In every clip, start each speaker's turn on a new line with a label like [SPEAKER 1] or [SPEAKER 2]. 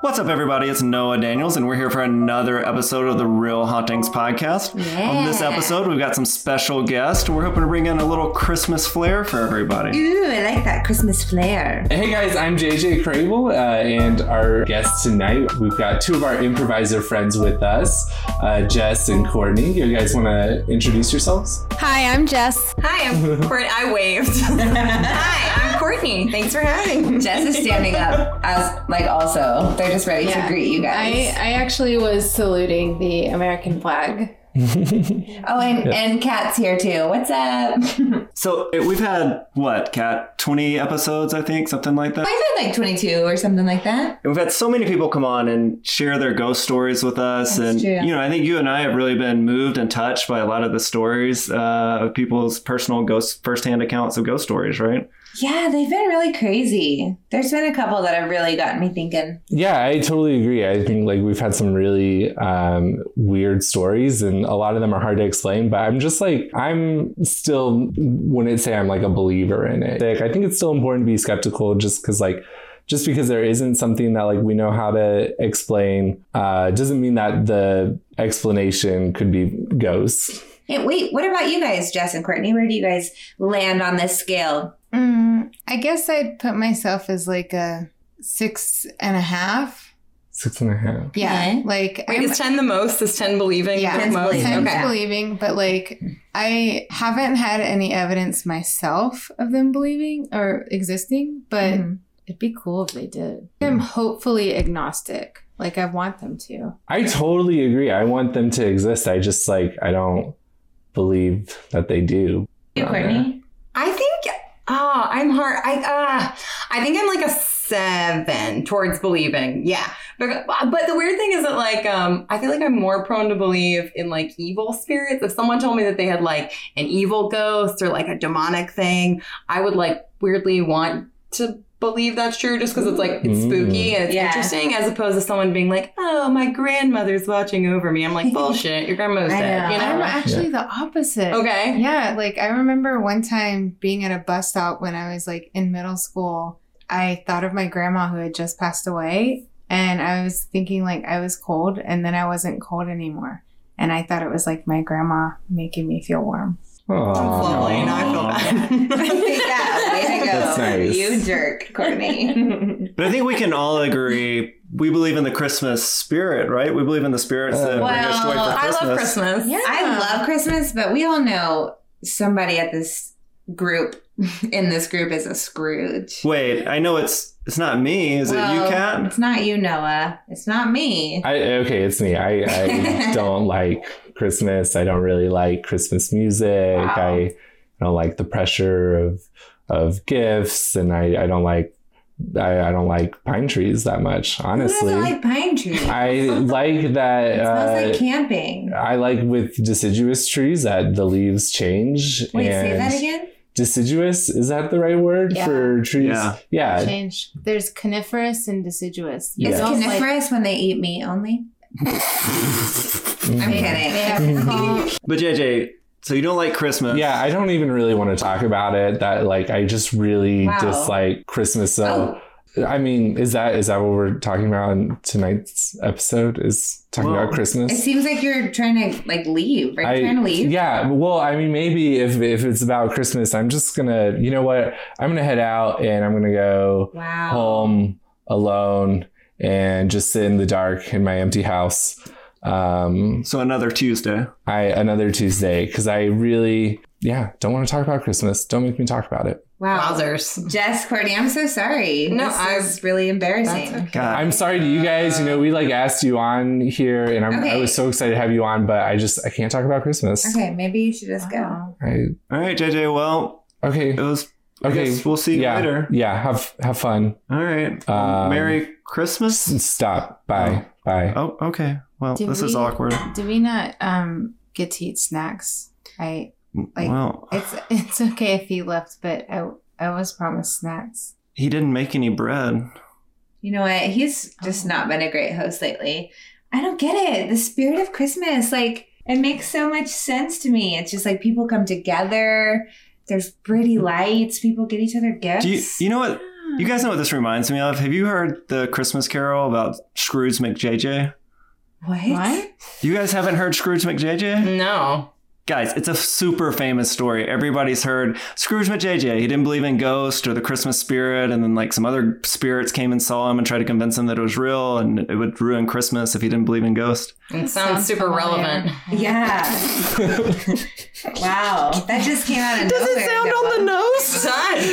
[SPEAKER 1] What's up, everybody? It's Noah Daniels, and we're here for another episode of the Real Hauntings podcast. On this episode, we've got some special guests. We're hoping to bring in a little Christmas flair for everybody.
[SPEAKER 2] Ooh, I like that Christmas flair.
[SPEAKER 3] Hey guys, I'm JJ Crable, uh, and our guests tonight, we've got two of our improviser friends with us, uh, Jess and Courtney. You guys want to introduce yourselves?
[SPEAKER 4] Hi, I'm Jess.
[SPEAKER 5] Hi, I'm Courtney. I waved. Hi, I'm Courtney. Thanks for having me.
[SPEAKER 2] Jess is standing up as like also. They're just ready to greet you
[SPEAKER 4] I,
[SPEAKER 2] guys.
[SPEAKER 4] I actually was saluting the American flag.
[SPEAKER 2] oh, and, and Kat's here too. What's up? I said
[SPEAKER 1] So eh, we've had what, Kat? Twenty episodes, I think, something like that.
[SPEAKER 2] like 22 or something like that.
[SPEAKER 1] And We've had so many people come on and share their ghost stories with us, and
[SPEAKER 2] true.
[SPEAKER 1] you know, I think you and I have really been moved and touched by a lot of the stories uh, of people's personal ghost, firsthand accounts of ghost stories, right?
[SPEAKER 2] Yeah, they've been really crazy. There's been a couple that have really gotten me thinking.
[SPEAKER 3] Yeah, I totally agree. I think like we've had some really um, weird stories, and a lot of them are hard to explain. But I'm just like I'm still wouldn't say I'm like a believer in it. Like I think it's still important to be skeptical, just because like just because there isn't something that like we know how to explain uh, doesn't mean that the explanation could be ghosts.
[SPEAKER 2] Hey, wait, what about you guys, Jess and Courtney? Where do you guys land on this scale?
[SPEAKER 4] Mm, I guess I'd put myself as like a six and a half.
[SPEAKER 3] Six and a half.
[SPEAKER 4] Yeah,
[SPEAKER 2] Okay.
[SPEAKER 4] like
[SPEAKER 5] Wait,
[SPEAKER 4] I'm-
[SPEAKER 5] is 10 the most? Is 10 believing?
[SPEAKER 4] Yeah.
[SPEAKER 5] the
[SPEAKER 2] Ten's
[SPEAKER 5] most?
[SPEAKER 2] believing.
[SPEAKER 4] I'm
[SPEAKER 5] Okay.
[SPEAKER 4] believing, but like I haven't had any evidence myself of them believing or existing, but
[SPEAKER 2] Mhm.
[SPEAKER 4] it'd be cool if they did. I'm hopefully agnostic. Like I want them to.
[SPEAKER 3] I totally agree. I want them to exist. I just like I don't believe that they do.
[SPEAKER 2] You, Courtney?
[SPEAKER 5] I think, oh, I'm hard. I, uh, I think I'm like a seven towards believing. Yeah. But, but the weird thing is that like, um, I feel like I'm more prone to believe in like evil spirits. If someone told me that they had like an evil ghost or like a demonic thing, I would like weirdly want to believe that's true just because it's like it's
[SPEAKER 3] Mm.
[SPEAKER 5] spooky and it's
[SPEAKER 2] Yeah.
[SPEAKER 5] interesting as opposed to someone being like oh my grandmother's watching over me i'm like bullshit your grandmother's
[SPEAKER 2] I
[SPEAKER 5] dead
[SPEAKER 2] know.
[SPEAKER 5] you know
[SPEAKER 4] I'm actually the opposite.
[SPEAKER 5] okay
[SPEAKER 4] Yeah, like I remember one time being at a bus stop when I was like in middle school. I thought of my grandma who had just passed away, and I was thinking like I was cold, and then I wasn't cold anymore, and I thought it was like my grandma making me feel warm.
[SPEAKER 5] That's lovely. Now I feel bad.
[SPEAKER 2] yeah, way to go.
[SPEAKER 6] That's nice.
[SPEAKER 2] You jerk, Courtney.
[SPEAKER 1] But I think we can all agree we believe in the Christmas spirit, right? We believe in the spirits that
[SPEAKER 2] Uh,
[SPEAKER 1] bring us joy
[SPEAKER 5] well,
[SPEAKER 1] for
[SPEAKER 5] I
[SPEAKER 1] Christmas.
[SPEAKER 5] love Christmas.
[SPEAKER 4] Yeah.
[SPEAKER 2] I love Christmas, but we all know somebody at this group in this group is a Scrooge.
[SPEAKER 1] Wait, I know it's it's not me. Is it
[SPEAKER 2] Well,
[SPEAKER 1] you, Kat?
[SPEAKER 2] It's not you, Noah. It's not me.
[SPEAKER 6] I, okay, it's me. I, I don't like Christmas. I don't really like Christmas music.
[SPEAKER 2] Wow.
[SPEAKER 6] I don't like the pressure of of gifts, and I, I don't like I, I don't like pine trees that much. Honestly,
[SPEAKER 2] Who doesn't like pine trees?
[SPEAKER 6] I like that.
[SPEAKER 2] it smells
[SPEAKER 6] uh,
[SPEAKER 2] like camping.
[SPEAKER 6] I like with deciduous trees that the leaves change.
[SPEAKER 2] Wait,
[SPEAKER 6] and
[SPEAKER 2] say that again?
[SPEAKER 6] Deciduous is that the right word
[SPEAKER 4] Yeah.
[SPEAKER 6] for trees?
[SPEAKER 1] Yeah.
[SPEAKER 6] yeah.
[SPEAKER 4] Change. There's coniferous and deciduous.
[SPEAKER 6] Uh, Yeah.
[SPEAKER 2] It's
[SPEAKER 4] Those, like-
[SPEAKER 2] coniferous when they eat meat only. I'm
[SPEAKER 6] Mhm.
[SPEAKER 2] kidding.
[SPEAKER 4] they have called-
[SPEAKER 1] But JJ, so you don't like Christmas?
[SPEAKER 6] Yeah, I don't even really want to talk about it. That like I just really
[SPEAKER 2] Wow.
[SPEAKER 6] dislike Christmas. So I mean, is that is that what we're talking about in tonight's episode? Is talking
[SPEAKER 1] Well,
[SPEAKER 6] about
[SPEAKER 2] It
[SPEAKER 6] Christmas?
[SPEAKER 2] seems like you're trying to like leave. Are you
[SPEAKER 6] I-
[SPEAKER 2] trying to leave?
[SPEAKER 6] Yeah, well, I mean, maybe if if it's about Christmas, I'm just gonna, you know what? I'm gonna head out and I'm gonna go
[SPEAKER 2] Wow.
[SPEAKER 6] home alone and just sit in the dark in my empty house. Um,
[SPEAKER 1] So another Tuesday.
[SPEAKER 6] I another Tuesday because I really, yeah, don't want to talk about Christmas. Don't make me talk about it.
[SPEAKER 2] Wow.
[SPEAKER 5] Wowzers.
[SPEAKER 2] Jess, Courtney, I'm so sorry.
[SPEAKER 5] No,
[SPEAKER 2] this
[SPEAKER 5] I-
[SPEAKER 2] is really embarrassing.
[SPEAKER 5] That's
[SPEAKER 1] God.
[SPEAKER 6] I'm sorry to you guys. You know, we like asked you on here, and I'm, I
[SPEAKER 2] Okay.
[SPEAKER 6] was so excited to have you on, but I just I can't talk about Christmas.
[SPEAKER 2] Okay, maybe you should just go.
[SPEAKER 4] Wow.
[SPEAKER 6] I,
[SPEAKER 1] All right, JJ. Well,
[SPEAKER 6] okay.
[SPEAKER 1] it was. I
[SPEAKER 6] Okay.
[SPEAKER 1] guess we'll see you
[SPEAKER 6] yeah.
[SPEAKER 1] later.
[SPEAKER 6] Yeah. Have have fun.
[SPEAKER 1] All right.
[SPEAKER 6] Um,
[SPEAKER 1] Merry Christmas.
[SPEAKER 6] S- Stop. Bye. Bye.
[SPEAKER 1] Oh, okay. Well,
[SPEAKER 4] Did
[SPEAKER 1] this is
[SPEAKER 4] we-
[SPEAKER 1] awkward.
[SPEAKER 4] Do we not um get to eat snacks? I like-
[SPEAKER 1] well,
[SPEAKER 4] it's it's okay if he left, but I I was promised snacks.
[SPEAKER 1] he didn't make any bread.
[SPEAKER 2] You know what? He's just
[SPEAKER 4] Oh.
[SPEAKER 2] not been a great host lately. I don't get it. The spirit of Christmas, like, it makes so much sense to me. It's just like people come together. There's pretty lights. People get each other gifts.
[SPEAKER 1] Do you? You know what? You guys know what this reminds me of? Have you heard the Christmas Carol about Scrooge McJJ?
[SPEAKER 2] what?
[SPEAKER 4] What?
[SPEAKER 1] You guys haven't heard Scrooge McJJ?
[SPEAKER 5] No.
[SPEAKER 1] Guys, it's a super famous story. Everybody's heard Scrooge McJJ. He didn't believe in ghosts or the Christmas spirit, and then like some other spirits came and saw him and tried to convince him that it was real and it would ruin Christmas if he didn't believe in ghosts.
[SPEAKER 5] It sounds super
[SPEAKER 4] familiar.
[SPEAKER 5] relevant.
[SPEAKER 2] Yeah. wow. That just came out of nowhere. Noah.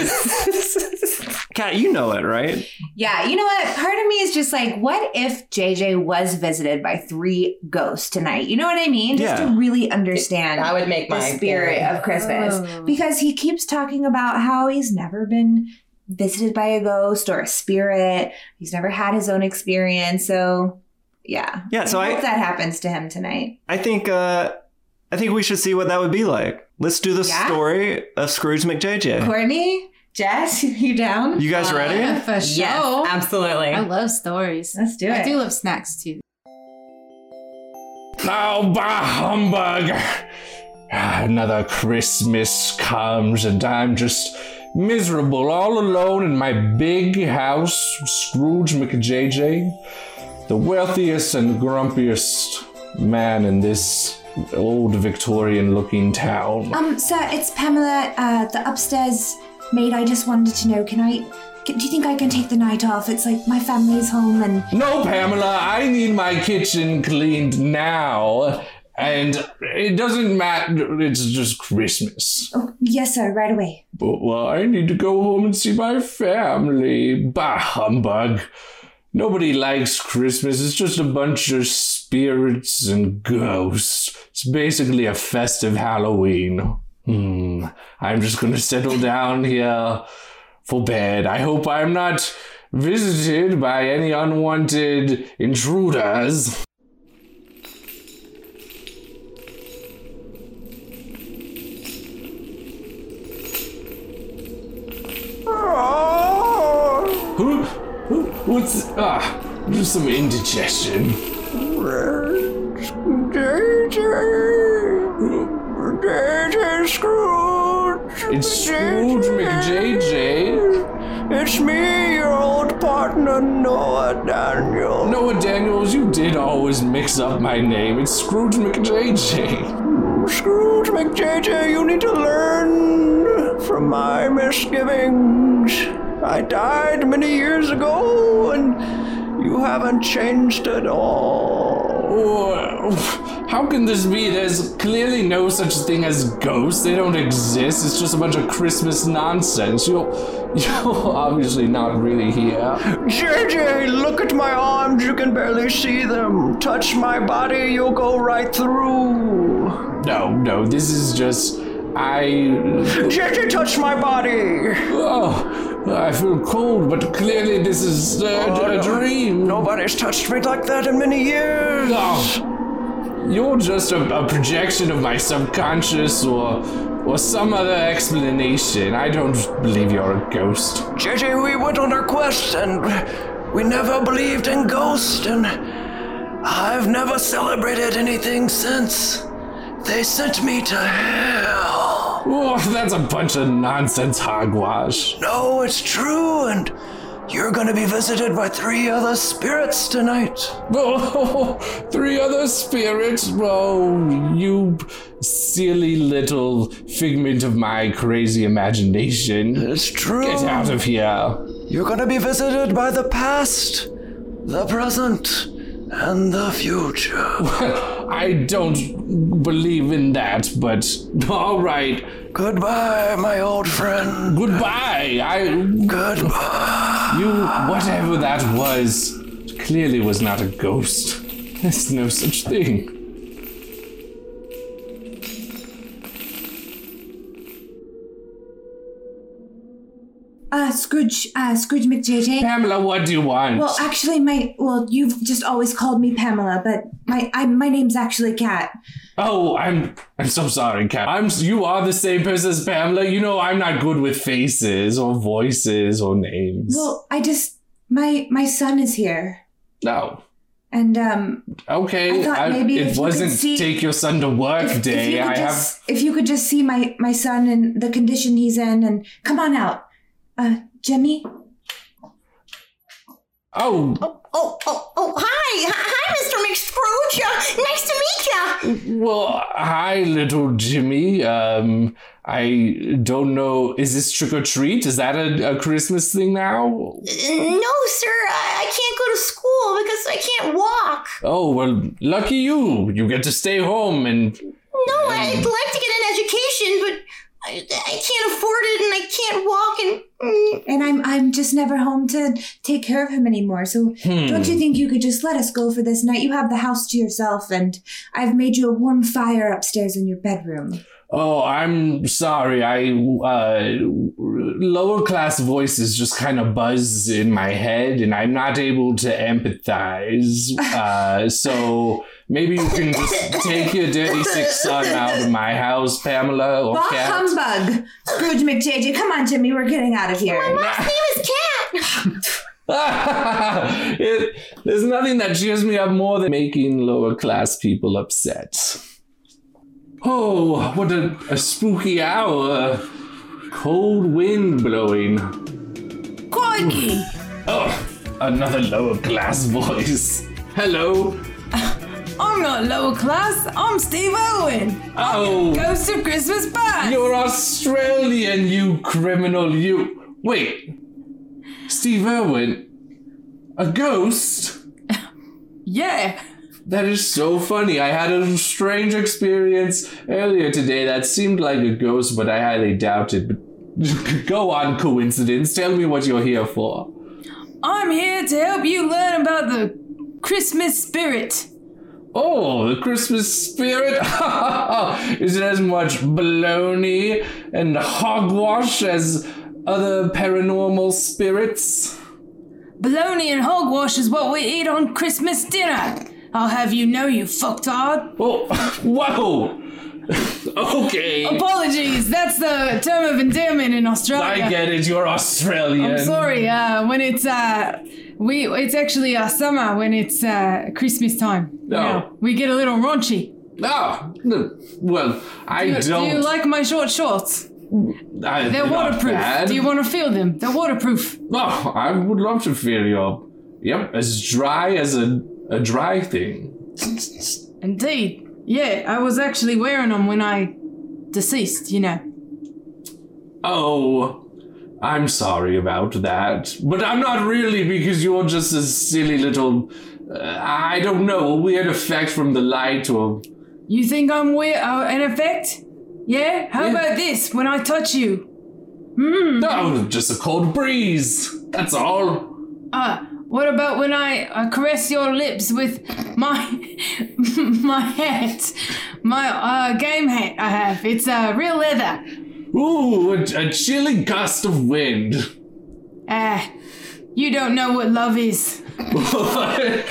[SPEAKER 1] nose?
[SPEAKER 5] Does.
[SPEAKER 1] Kat, you know it, right?
[SPEAKER 2] Yeah, you know what? Part of me is just like, what if JJ was visited by three ghosts tonight? You know what I mean? Just
[SPEAKER 1] Yeah.
[SPEAKER 2] to really understand
[SPEAKER 5] I would make
[SPEAKER 2] the
[SPEAKER 5] my
[SPEAKER 2] spirit of Christmas.
[SPEAKER 4] Oh.
[SPEAKER 2] Because he keeps talking about how he's never been visited by a ghost or a spirit. He's never had his own experience. So, yeah.
[SPEAKER 1] Yeah, so I-
[SPEAKER 2] hope that happens to him tonight.
[SPEAKER 1] I think uh, I think we should see what that would be like. Let's do the
[SPEAKER 2] Yeah?
[SPEAKER 1] story of Scrooge McJJ.
[SPEAKER 2] Courtney, Jess, you down?
[SPEAKER 1] You guys ready?
[SPEAKER 4] For sure.
[SPEAKER 5] Yes, absolutely.
[SPEAKER 4] I love stories.
[SPEAKER 2] Let's do
[SPEAKER 4] I
[SPEAKER 2] it.
[SPEAKER 4] do love snacks too.
[SPEAKER 6] Oh, bah humbug! Another Christmas comes, and I'm just miserable all alone in my big house, Scrooge McJJ, the wealthiest and grumpiest man in this old Victorian looking town.
[SPEAKER 2] Um, sir, it's Pamela, uh, the upstairs maid. I just wanted to know, can I, can, do you think I can take the night off? It's like my family's home and
[SPEAKER 6] No, Pamela, I need my kitchen cleaned now, and it doesn't matter, it's just Christmas.
[SPEAKER 2] oh, yes, sir, right away.
[SPEAKER 6] But well, I need to go home and see my family. Bah humbug. Nobody likes Christmas. It's just a bunch of spirits and ghosts. It's basically a festive Halloween. Hmm. I'm just gonna settle down here for bed. I hope I'm not visited by any unwanted intruders. Who? who what's ah? Just some indigestion. It's Scrooge McJJ.
[SPEAKER 1] It's me, your old partner, Noah Daniel.
[SPEAKER 6] Noah Daniels, you did always mix up my name. It's Scrooge McJJ.
[SPEAKER 1] Scrooge McJJ, you need to learn from my misgivings. I died many years ago, and you haven't changed at all.
[SPEAKER 6] Oh, How can this be? There's clearly no such thing as ghosts. They don't exist. It's just a bunch of Christmas nonsense. You're, you're obviously not really here.
[SPEAKER 1] JJ, look at my arms. You can barely see them. Touch my body, you'll go right through.
[SPEAKER 6] No, no, this is just. I.
[SPEAKER 1] JJ, touch my body.
[SPEAKER 6] Oh, I feel cold, but clearly this is uh, a,
[SPEAKER 1] Oh, no.
[SPEAKER 6] dream.
[SPEAKER 1] Nobody's touched me like that in many years.
[SPEAKER 6] Oh, you're just a, a projection of my subconscious or or some other explanation. I don't believe you're a ghost.
[SPEAKER 1] JJ, we went on our quest and we never believed in ghosts, and I've never celebrated anything since. They sent me to hell.
[SPEAKER 6] Oh, that's a bunch of nonsense hogwash.
[SPEAKER 1] No, it's true, and you're gonna be visited by three other spirits tonight.
[SPEAKER 6] Oh, three other spirits? Oh, you silly little figment of my crazy imagination.
[SPEAKER 1] It's true.
[SPEAKER 6] Get out of here.
[SPEAKER 1] You're gonna be visited by the past, the present, and the future.
[SPEAKER 6] I don't believe in that, but all right.
[SPEAKER 1] Goodbye, my old friend.
[SPEAKER 6] Goodbye. I
[SPEAKER 1] Goodbye.
[SPEAKER 6] You, whatever that was, clearly was not a ghost. There's no such thing.
[SPEAKER 2] Uh, Scrooge, uh, Scrooge McJJ.
[SPEAKER 6] Pamela, what do you want?
[SPEAKER 2] Well, actually, my well, you've just always called me Pamela, but my I, my name's actually Kat.
[SPEAKER 6] oh, I'm I'm so sorry, Cat. I'm you are the same person as Pamela. You know I'm not good with faces or voices or names.
[SPEAKER 2] Well, I just my my son is here,
[SPEAKER 6] no.
[SPEAKER 2] and um,
[SPEAKER 6] Okay,
[SPEAKER 2] I thought maybe if you
[SPEAKER 6] it
[SPEAKER 2] could
[SPEAKER 6] wasn't
[SPEAKER 2] see-
[SPEAKER 6] take your son to work
[SPEAKER 2] if, if
[SPEAKER 6] day.
[SPEAKER 2] you could
[SPEAKER 6] I have
[SPEAKER 2] just if you could just see my my son and the condition he's in, and come on out, uh, Jimmy.
[SPEAKER 6] oh
[SPEAKER 5] Oh, oh, oh, hi. Hi, Mr. McScrooge. Uh, Nice to meet you.
[SPEAKER 6] Well, hi, little Jimmy. Um, I don't know. Is this trick or treat? Is that a, a Christmas thing now?
[SPEAKER 5] No, sir, I, I can't go to school because I can't walk.
[SPEAKER 6] Oh well, lucky you. You get to stay home, and
[SPEAKER 5] No,
[SPEAKER 6] Um,
[SPEAKER 5] I'd like to get an education, but I, I can't afford it and I can't walk. And mm,
[SPEAKER 2] And I'm I'm just never home to take care of him anymore. So
[SPEAKER 6] hmm,
[SPEAKER 2] don't you think you could just let us go for this night? You have the house to yourself, and I've made you a warm fire upstairs in your bedroom.
[SPEAKER 6] oh, I'm sorry. I uh, lower class voices just kind of buzz in my head, and I'm not able to empathize. Uh, so. Maybe you can just take your dirty sick son out of my house, Pamela or
[SPEAKER 2] Bah
[SPEAKER 6] Cat.
[SPEAKER 2] humbug! Scrooge McJJ, come on, Jimmy, we're getting out of here.
[SPEAKER 5] mom's name is Cat.
[SPEAKER 6] it, there's nothing that cheers me up more than making lower class people upset. Oh, what a, a spooky hour. Cold wind blowing.
[SPEAKER 7] Crikey!
[SPEAKER 6] Oh, another lower class voice. Hello.
[SPEAKER 7] I'm not lower class. I'm Steve Owen,
[SPEAKER 6] Oh,
[SPEAKER 7] ghost of Christmas past.
[SPEAKER 6] you're Australian, you criminal. You. Wait. Steve Irwin? A ghost?
[SPEAKER 7] Yeah,
[SPEAKER 6] That is so funny. I had a strange experience earlier today that seemed like a ghost, but I highly doubt it. But go on, coincidence. Tell me what you're here for.
[SPEAKER 7] I'm here to help you learn about the Christmas spirit.
[SPEAKER 6] Oh, the Christmas spirit? is it as much baloney and hogwash as other paranormal spirits?
[SPEAKER 7] Bologna and hogwash is what we eat on Christmas dinner. I'll have you know, you fucktard.
[SPEAKER 6] Oh, whoa! okay.
[SPEAKER 7] Apologies, that's the term of endearment in Australia.
[SPEAKER 6] I get it, you're Australian.
[SPEAKER 7] I'm sorry. Uh, when it's uh, we it's actually uh, summer when it's uh, Christmas time.
[SPEAKER 6] No.
[SPEAKER 7] Now, we get a little raunchy.
[SPEAKER 6] Oh, no, well, I
[SPEAKER 7] Do you-
[SPEAKER 6] don't.
[SPEAKER 7] Do you like my short shorts?
[SPEAKER 6] I,
[SPEAKER 7] They're
[SPEAKER 6] not
[SPEAKER 7] waterproof.
[SPEAKER 6] bad.
[SPEAKER 7] Do you want to feel them? They're waterproof.
[SPEAKER 6] Oh, I would love to feel your. Yep, as dry as a a dry thing.
[SPEAKER 7] Indeed. Yeah, I was actually wearing them when I deceased, you know.
[SPEAKER 6] Oh, I'm sorry about that. But I'm not really because you're just a silly little. Uh, I don't know, a weird effect from the light or.
[SPEAKER 7] You think I'm weird? Uh, an effect? Yeah? How
[SPEAKER 6] Yeah.
[SPEAKER 7] about this when I touch you? Hmm.
[SPEAKER 6] Oh, just a cold breeze. That's all.
[SPEAKER 7] Uh, what about when I uh, caress your lips with my my hat, my uh, game hat I have? It's uh, real leather.
[SPEAKER 6] Ooh, a, a chilly gust of wind.
[SPEAKER 7] Ah, you don't know what love is.
[SPEAKER 6] what?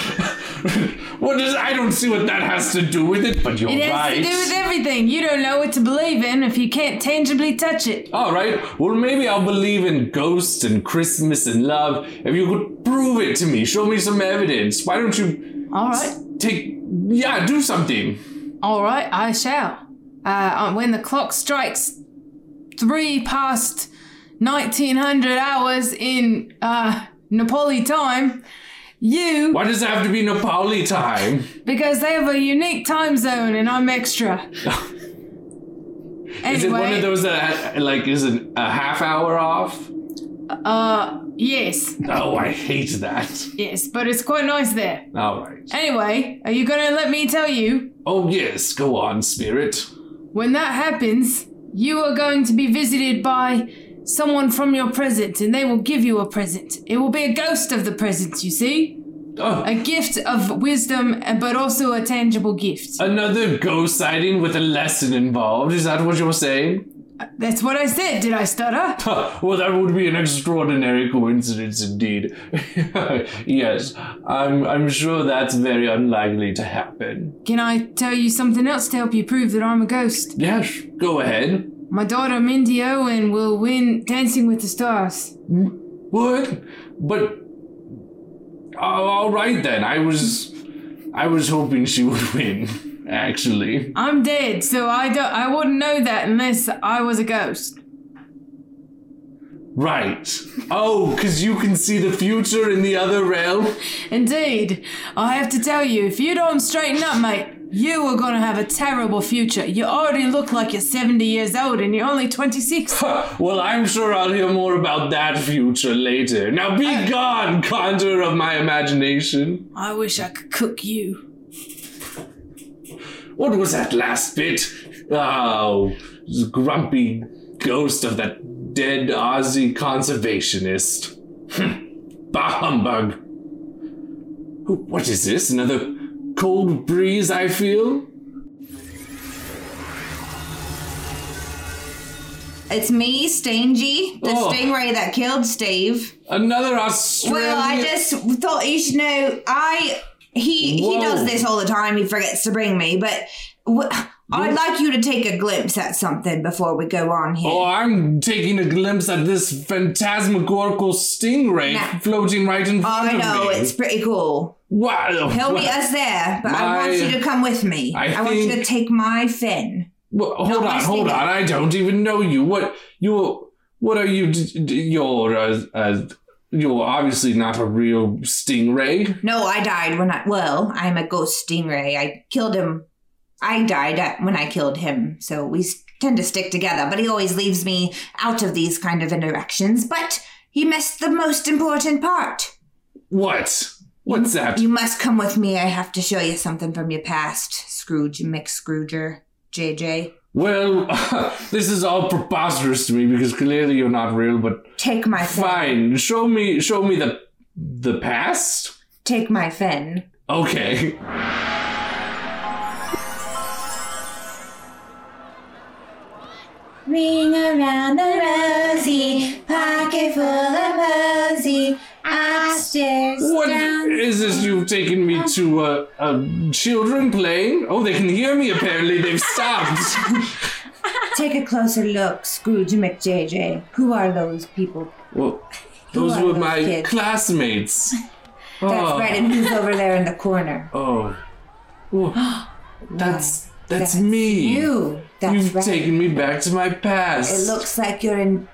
[SPEAKER 6] what is. I don't see what that has to do with it, but you're
[SPEAKER 7] It has
[SPEAKER 6] right.
[SPEAKER 7] to do with everything. You don't know what to believe in if you can't tangibly touch it.
[SPEAKER 6] All right. Well, maybe I'll believe in ghosts and Christmas and love if you could prove it to me. Show me some evidence. Why don't you
[SPEAKER 7] All right,
[SPEAKER 6] take? Yeah, do something.
[SPEAKER 7] all right, I shall. Uh, when the clock strikes three past 1900 hours in uh, Napoli time, you.
[SPEAKER 6] Why does it have to be Nepali time?
[SPEAKER 7] Because they have a unique time zone and I'm extra. anyway,
[SPEAKER 6] Is it one of those that like is an, a half hour off?
[SPEAKER 7] uh yes,
[SPEAKER 6] Oh, I hate that.
[SPEAKER 7] yes, but it's quite nice there.
[SPEAKER 6] All right.
[SPEAKER 7] Anyway, are you gonna let me tell you?
[SPEAKER 6] Oh yes, go on, spirit.
[SPEAKER 7] When that happens, you are going to be visited by someone from your present and they will give you a present. It will be a ghost of the present, you see?
[SPEAKER 6] Oh,
[SPEAKER 7] A gift of wisdom, uh, but also a tangible gift.
[SPEAKER 6] another ghost sighting with a lesson involved. Is that what you're saying?
[SPEAKER 7] That's what I said. Did I stutter?
[SPEAKER 6] Huh, well, that would be an extraordinary coincidence indeed. yes, I'm, I'm sure that's very unlikely to happen.
[SPEAKER 7] Can I tell you something else to help you prove that I'm a ghost?
[SPEAKER 6] Yes, go ahead.
[SPEAKER 7] My daughter Mindy Owen will win Dancing with the Stars.
[SPEAKER 6] What? But. Oh, all right then. I was. I was hoping she would win, actually.
[SPEAKER 7] I'm dead, so I don't I wouldn't know that unless I was a ghost.
[SPEAKER 6] Right. Oh, because you can see the future in the other realm?
[SPEAKER 7] Indeed, I have to tell you, if you don't straighten up, mate, you are gonna have a terrible future. You already look like you're 70 years old and you're only 26.
[SPEAKER 6] Huh, Well, I'm sure I'll hear more about that future later. Now be gone, conjurer of my imagination.
[SPEAKER 7] I wish I could cook you.
[SPEAKER 6] What was that last bit? Oh, grumpy ghost of that dead Aussie conservationist. Hm, bah humbug. Wh- What is this? Another cold breeze, I feel?
[SPEAKER 2] It's me, Stingy, the
[SPEAKER 6] Oh.
[SPEAKER 2] stingray that killed Steve.
[SPEAKER 6] Another Australian.
[SPEAKER 2] Well, I just thought you should know. I he he
[SPEAKER 6] Whoa.
[SPEAKER 2] does this all the time. He forgets to bring me, but w- I'd like you to take a glimpse at something before we go on here.
[SPEAKER 6] Oh, I'm taking a glimpse at this phantasmagorical stingray
[SPEAKER 2] Nah.
[SPEAKER 6] floating right in
[SPEAKER 2] I
[SPEAKER 6] front of
[SPEAKER 2] know
[SPEAKER 6] me.
[SPEAKER 2] it's pretty cool.
[SPEAKER 6] Wow.
[SPEAKER 2] He'll meet
[SPEAKER 6] wow.
[SPEAKER 2] us there, but I
[SPEAKER 6] Oh, My-
[SPEAKER 2] want you to come with me.
[SPEAKER 6] I
[SPEAKER 2] I, want you to
[SPEAKER 6] think-
[SPEAKER 2] take my fin.
[SPEAKER 6] Well, hold
[SPEAKER 2] my
[SPEAKER 6] on, hold
[SPEAKER 2] stingray.
[SPEAKER 6] on. I don't even know you. What you? What are you? d- d- You're uh, uh, you're obviously not a real stingray.
[SPEAKER 2] No, I died when I well, I'm a ghost stingray. I killed him. I died at, when I killed him, so we s- tend to stick together. But he always leaves me out of these kind of interactions. But he missed the most important part.
[SPEAKER 6] What? What's that?
[SPEAKER 2] You must come with me. I have to show you something from your past, Scrooge, McScrooger, JJ.
[SPEAKER 6] Well, this is all preposterous to me because clearly you're not real. But
[SPEAKER 2] Take my fin.
[SPEAKER 6] fine, show me, show me the the past.
[SPEAKER 2] Take my fin.
[SPEAKER 6] Okay.
[SPEAKER 2] Ring around the rosy, pocket full of posy, upstairs,
[SPEAKER 6] What is this? You've taken me to a, a children playing? Oh, they can hear me. Apparently, they've stopped.
[SPEAKER 2] Take a closer look, Scrooge McJJ. Who are those people?
[SPEAKER 6] Well, those
[SPEAKER 2] are
[SPEAKER 6] were
[SPEAKER 2] those
[SPEAKER 6] my
[SPEAKER 2] kids?
[SPEAKER 6] classmates.
[SPEAKER 2] That's
[SPEAKER 6] oh,
[SPEAKER 2] right, and who's over there in the corner?
[SPEAKER 6] Oh. Well, that's that's me.
[SPEAKER 2] You. That's
[SPEAKER 6] You've
[SPEAKER 2] right.
[SPEAKER 6] taken me back to my
[SPEAKER 2] It
[SPEAKER 6] past.
[SPEAKER 2] looks like you're in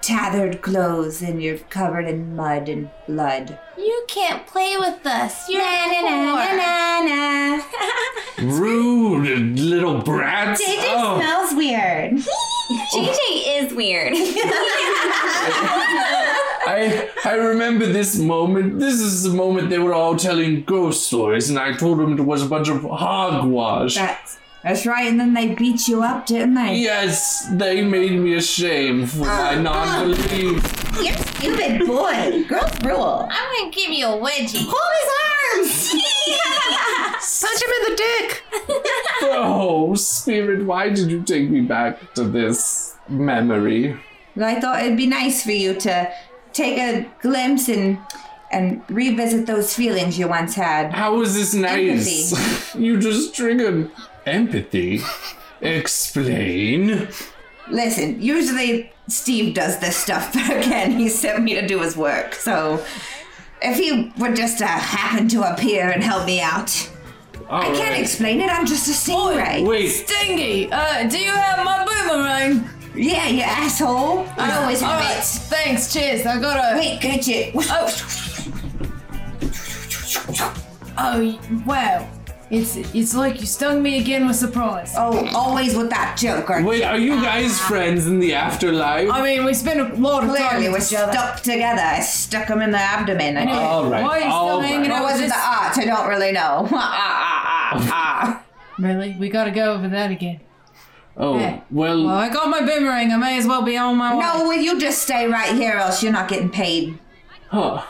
[SPEAKER 2] tattered clothes and you're covered in mud and blood.
[SPEAKER 8] You can't play with us. You're
[SPEAKER 2] Na, na, na, na, na.
[SPEAKER 6] rude brats.
[SPEAKER 2] JJ
[SPEAKER 6] Oh.
[SPEAKER 2] smells weird.
[SPEAKER 9] JJ is weird.
[SPEAKER 6] I I remember this moment. This is the moment they were all telling ghost stories, and I told them it was a bunch of hogwash.
[SPEAKER 2] That's that's right. And then they beat you up, didn't they?
[SPEAKER 6] yes, they made me ashamed for my
[SPEAKER 2] Uh,
[SPEAKER 6] non-belief.
[SPEAKER 2] You're stupid boy. Girls rule.
[SPEAKER 9] I'm gonna give you a wedgie.
[SPEAKER 2] Hold his arms.
[SPEAKER 8] Punch him in the dick.
[SPEAKER 6] Oh, spirit, why did you take me back to this memory?
[SPEAKER 2] But I thought it'd be nice for you to take a glimpse and and revisit those feelings you once had.
[SPEAKER 6] How is this nice? you just triggered empathy. Explain.
[SPEAKER 2] Listen, usually Steve does this stuff, but again, he sent me to do his work. So if he would just uh, happen to appear and help me out, I
[SPEAKER 6] All
[SPEAKER 2] can't
[SPEAKER 6] right.
[SPEAKER 2] explain it. I'm just a stingray.
[SPEAKER 6] Wait,
[SPEAKER 8] Stingy, uh, do you have my boomerang?
[SPEAKER 2] Yeah, you asshole. You always
[SPEAKER 8] All
[SPEAKER 2] have
[SPEAKER 8] right,
[SPEAKER 2] it.
[SPEAKER 8] thanks, cheers. I got a.
[SPEAKER 2] Wait, get you.
[SPEAKER 8] Oh, wow. It's it's like you stung me again with surprise.
[SPEAKER 2] Oh, always with that joke. Or
[SPEAKER 6] wait, are you guys friends in the afterlife?
[SPEAKER 8] I mean, we spent a lot of time
[SPEAKER 2] clearly
[SPEAKER 8] with
[SPEAKER 2] we're
[SPEAKER 8] each other.
[SPEAKER 2] stuck together. I stuck him in the abdomen. I did.
[SPEAKER 6] all right.
[SPEAKER 8] Why are you still
[SPEAKER 6] all
[SPEAKER 8] hanging
[SPEAKER 6] right.
[SPEAKER 8] out?
[SPEAKER 2] Or was it the arch? I don't really know. Ah, ah, ah, ah,
[SPEAKER 8] Really? We gotta go over that again.
[SPEAKER 6] Oh, well,
[SPEAKER 8] Well, I got my boomerang. I may as well be on my way.
[SPEAKER 2] ah. No, will you just stay right here, or else you're not getting paid.
[SPEAKER 6] huh.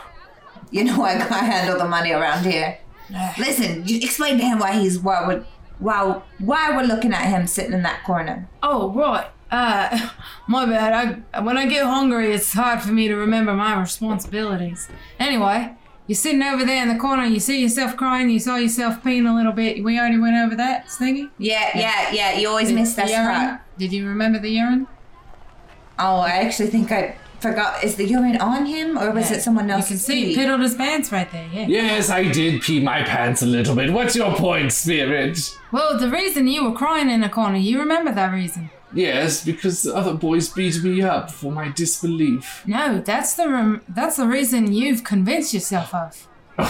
[SPEAKER 2] You know I can't handle the money around here. Listen, you explain to him why he's why we're why why we're looking at him sitting in that corner.
[SPEAKER 8] Oh, right. Uh, my bad. I, when I get hungry, it's hard for me to remember my responsibilities. Anyway, you're sitting over there in the corner. You see yourself crying. You saw yourself peeing a little bit. We already went over that, Stingy.
[SPEAKER 2] Yeah, yeah, yeah. You always miss that
[SPEAKER 8] urine.
[SPEAKER 2] spot.
[SPEAKER 8] Did you remember the urine?
[SPEAKER 2] Oh, I actually think I forgot. Is the urine on him, or was it someone
[SPEAKER 8] You
[SPEAKER 2] else?
[SPEAKER 8] can see he piddled his pants right there. Yeah.
[SPEAKER 6] Yes, I did pee my pants a little bit. What's your point, Spirit?
[SPEAKER 8] Well, the reason you were crying in the corner, you remember that reason.
[SPEAKER 6] Yes, because the other boys beat me up for my disbelief.
[SPEAKER 8] No, that's the rem- that's the reason you've convinced yourself of.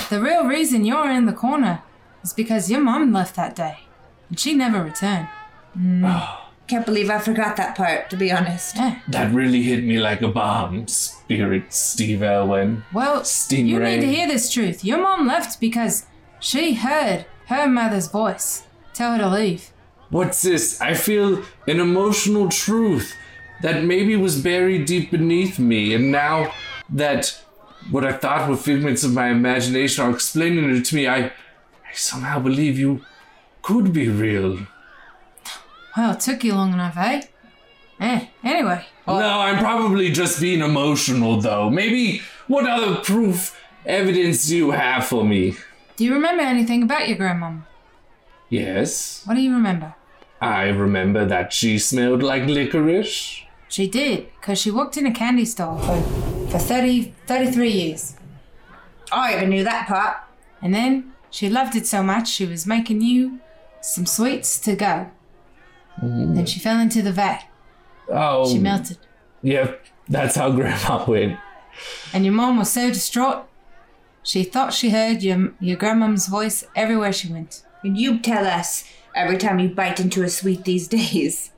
[SPEAKER 8] The real reason you're in the corner is because your mum left that day, and she never returned.
[SPEAKER 2] Can't believe I forgot that part. To be honest.
[SPEAKER 8] Yeah.
[SPEAKER 6] That really hit me like a bomb, Spirit Steve Elwin.
[SPEAKER 8] Well, you
[SPEAKER 6] Stingray.
[SPEAKER 8] need to hear this truth. Your mom left because she heard her mother's voice tell her to leave.
[SPEAKER 6] What's this? I feel an emotional truth that maybe was buried deep beneath me, and now that what I thought were figments of my imagination are explaining it to me, I, I somehow believe you could be real.
[SPEAKER 8] Well, it took you long enough, eh? Eh. Anyway,
[SPEAKER 6] No, I'm probably just being emotional though. Maybe what other proof evidence do you have for me?
[SPEAKER 8] do you remember anything about your grandmom?
[SPEAKER 6] Yes,
[SPEAKER 8] What do you remember?
[SPEAKER 6] I remember that she smelled like licorice.
[SPEAKER 8] She did, because she worked in a candy store for, for 30, 33 years.
[SPEAKER 2] I even knew that part.
[SPEAKER 8] And then she loved it so much she was making you some sweets to go. Then she fell into the vat.
[SPEAKER 6] Oh,
[SPEAKER 8] Mm. She melted.
[SPEAKER 6] yep, that's how Grandma went.
[SPEAKER 8] And your mom was so distraught, she thought she heard your, your grandmom's voice everywhere she went.
[SPEAKER 2] And you tell us every time you bite into a sweet these days.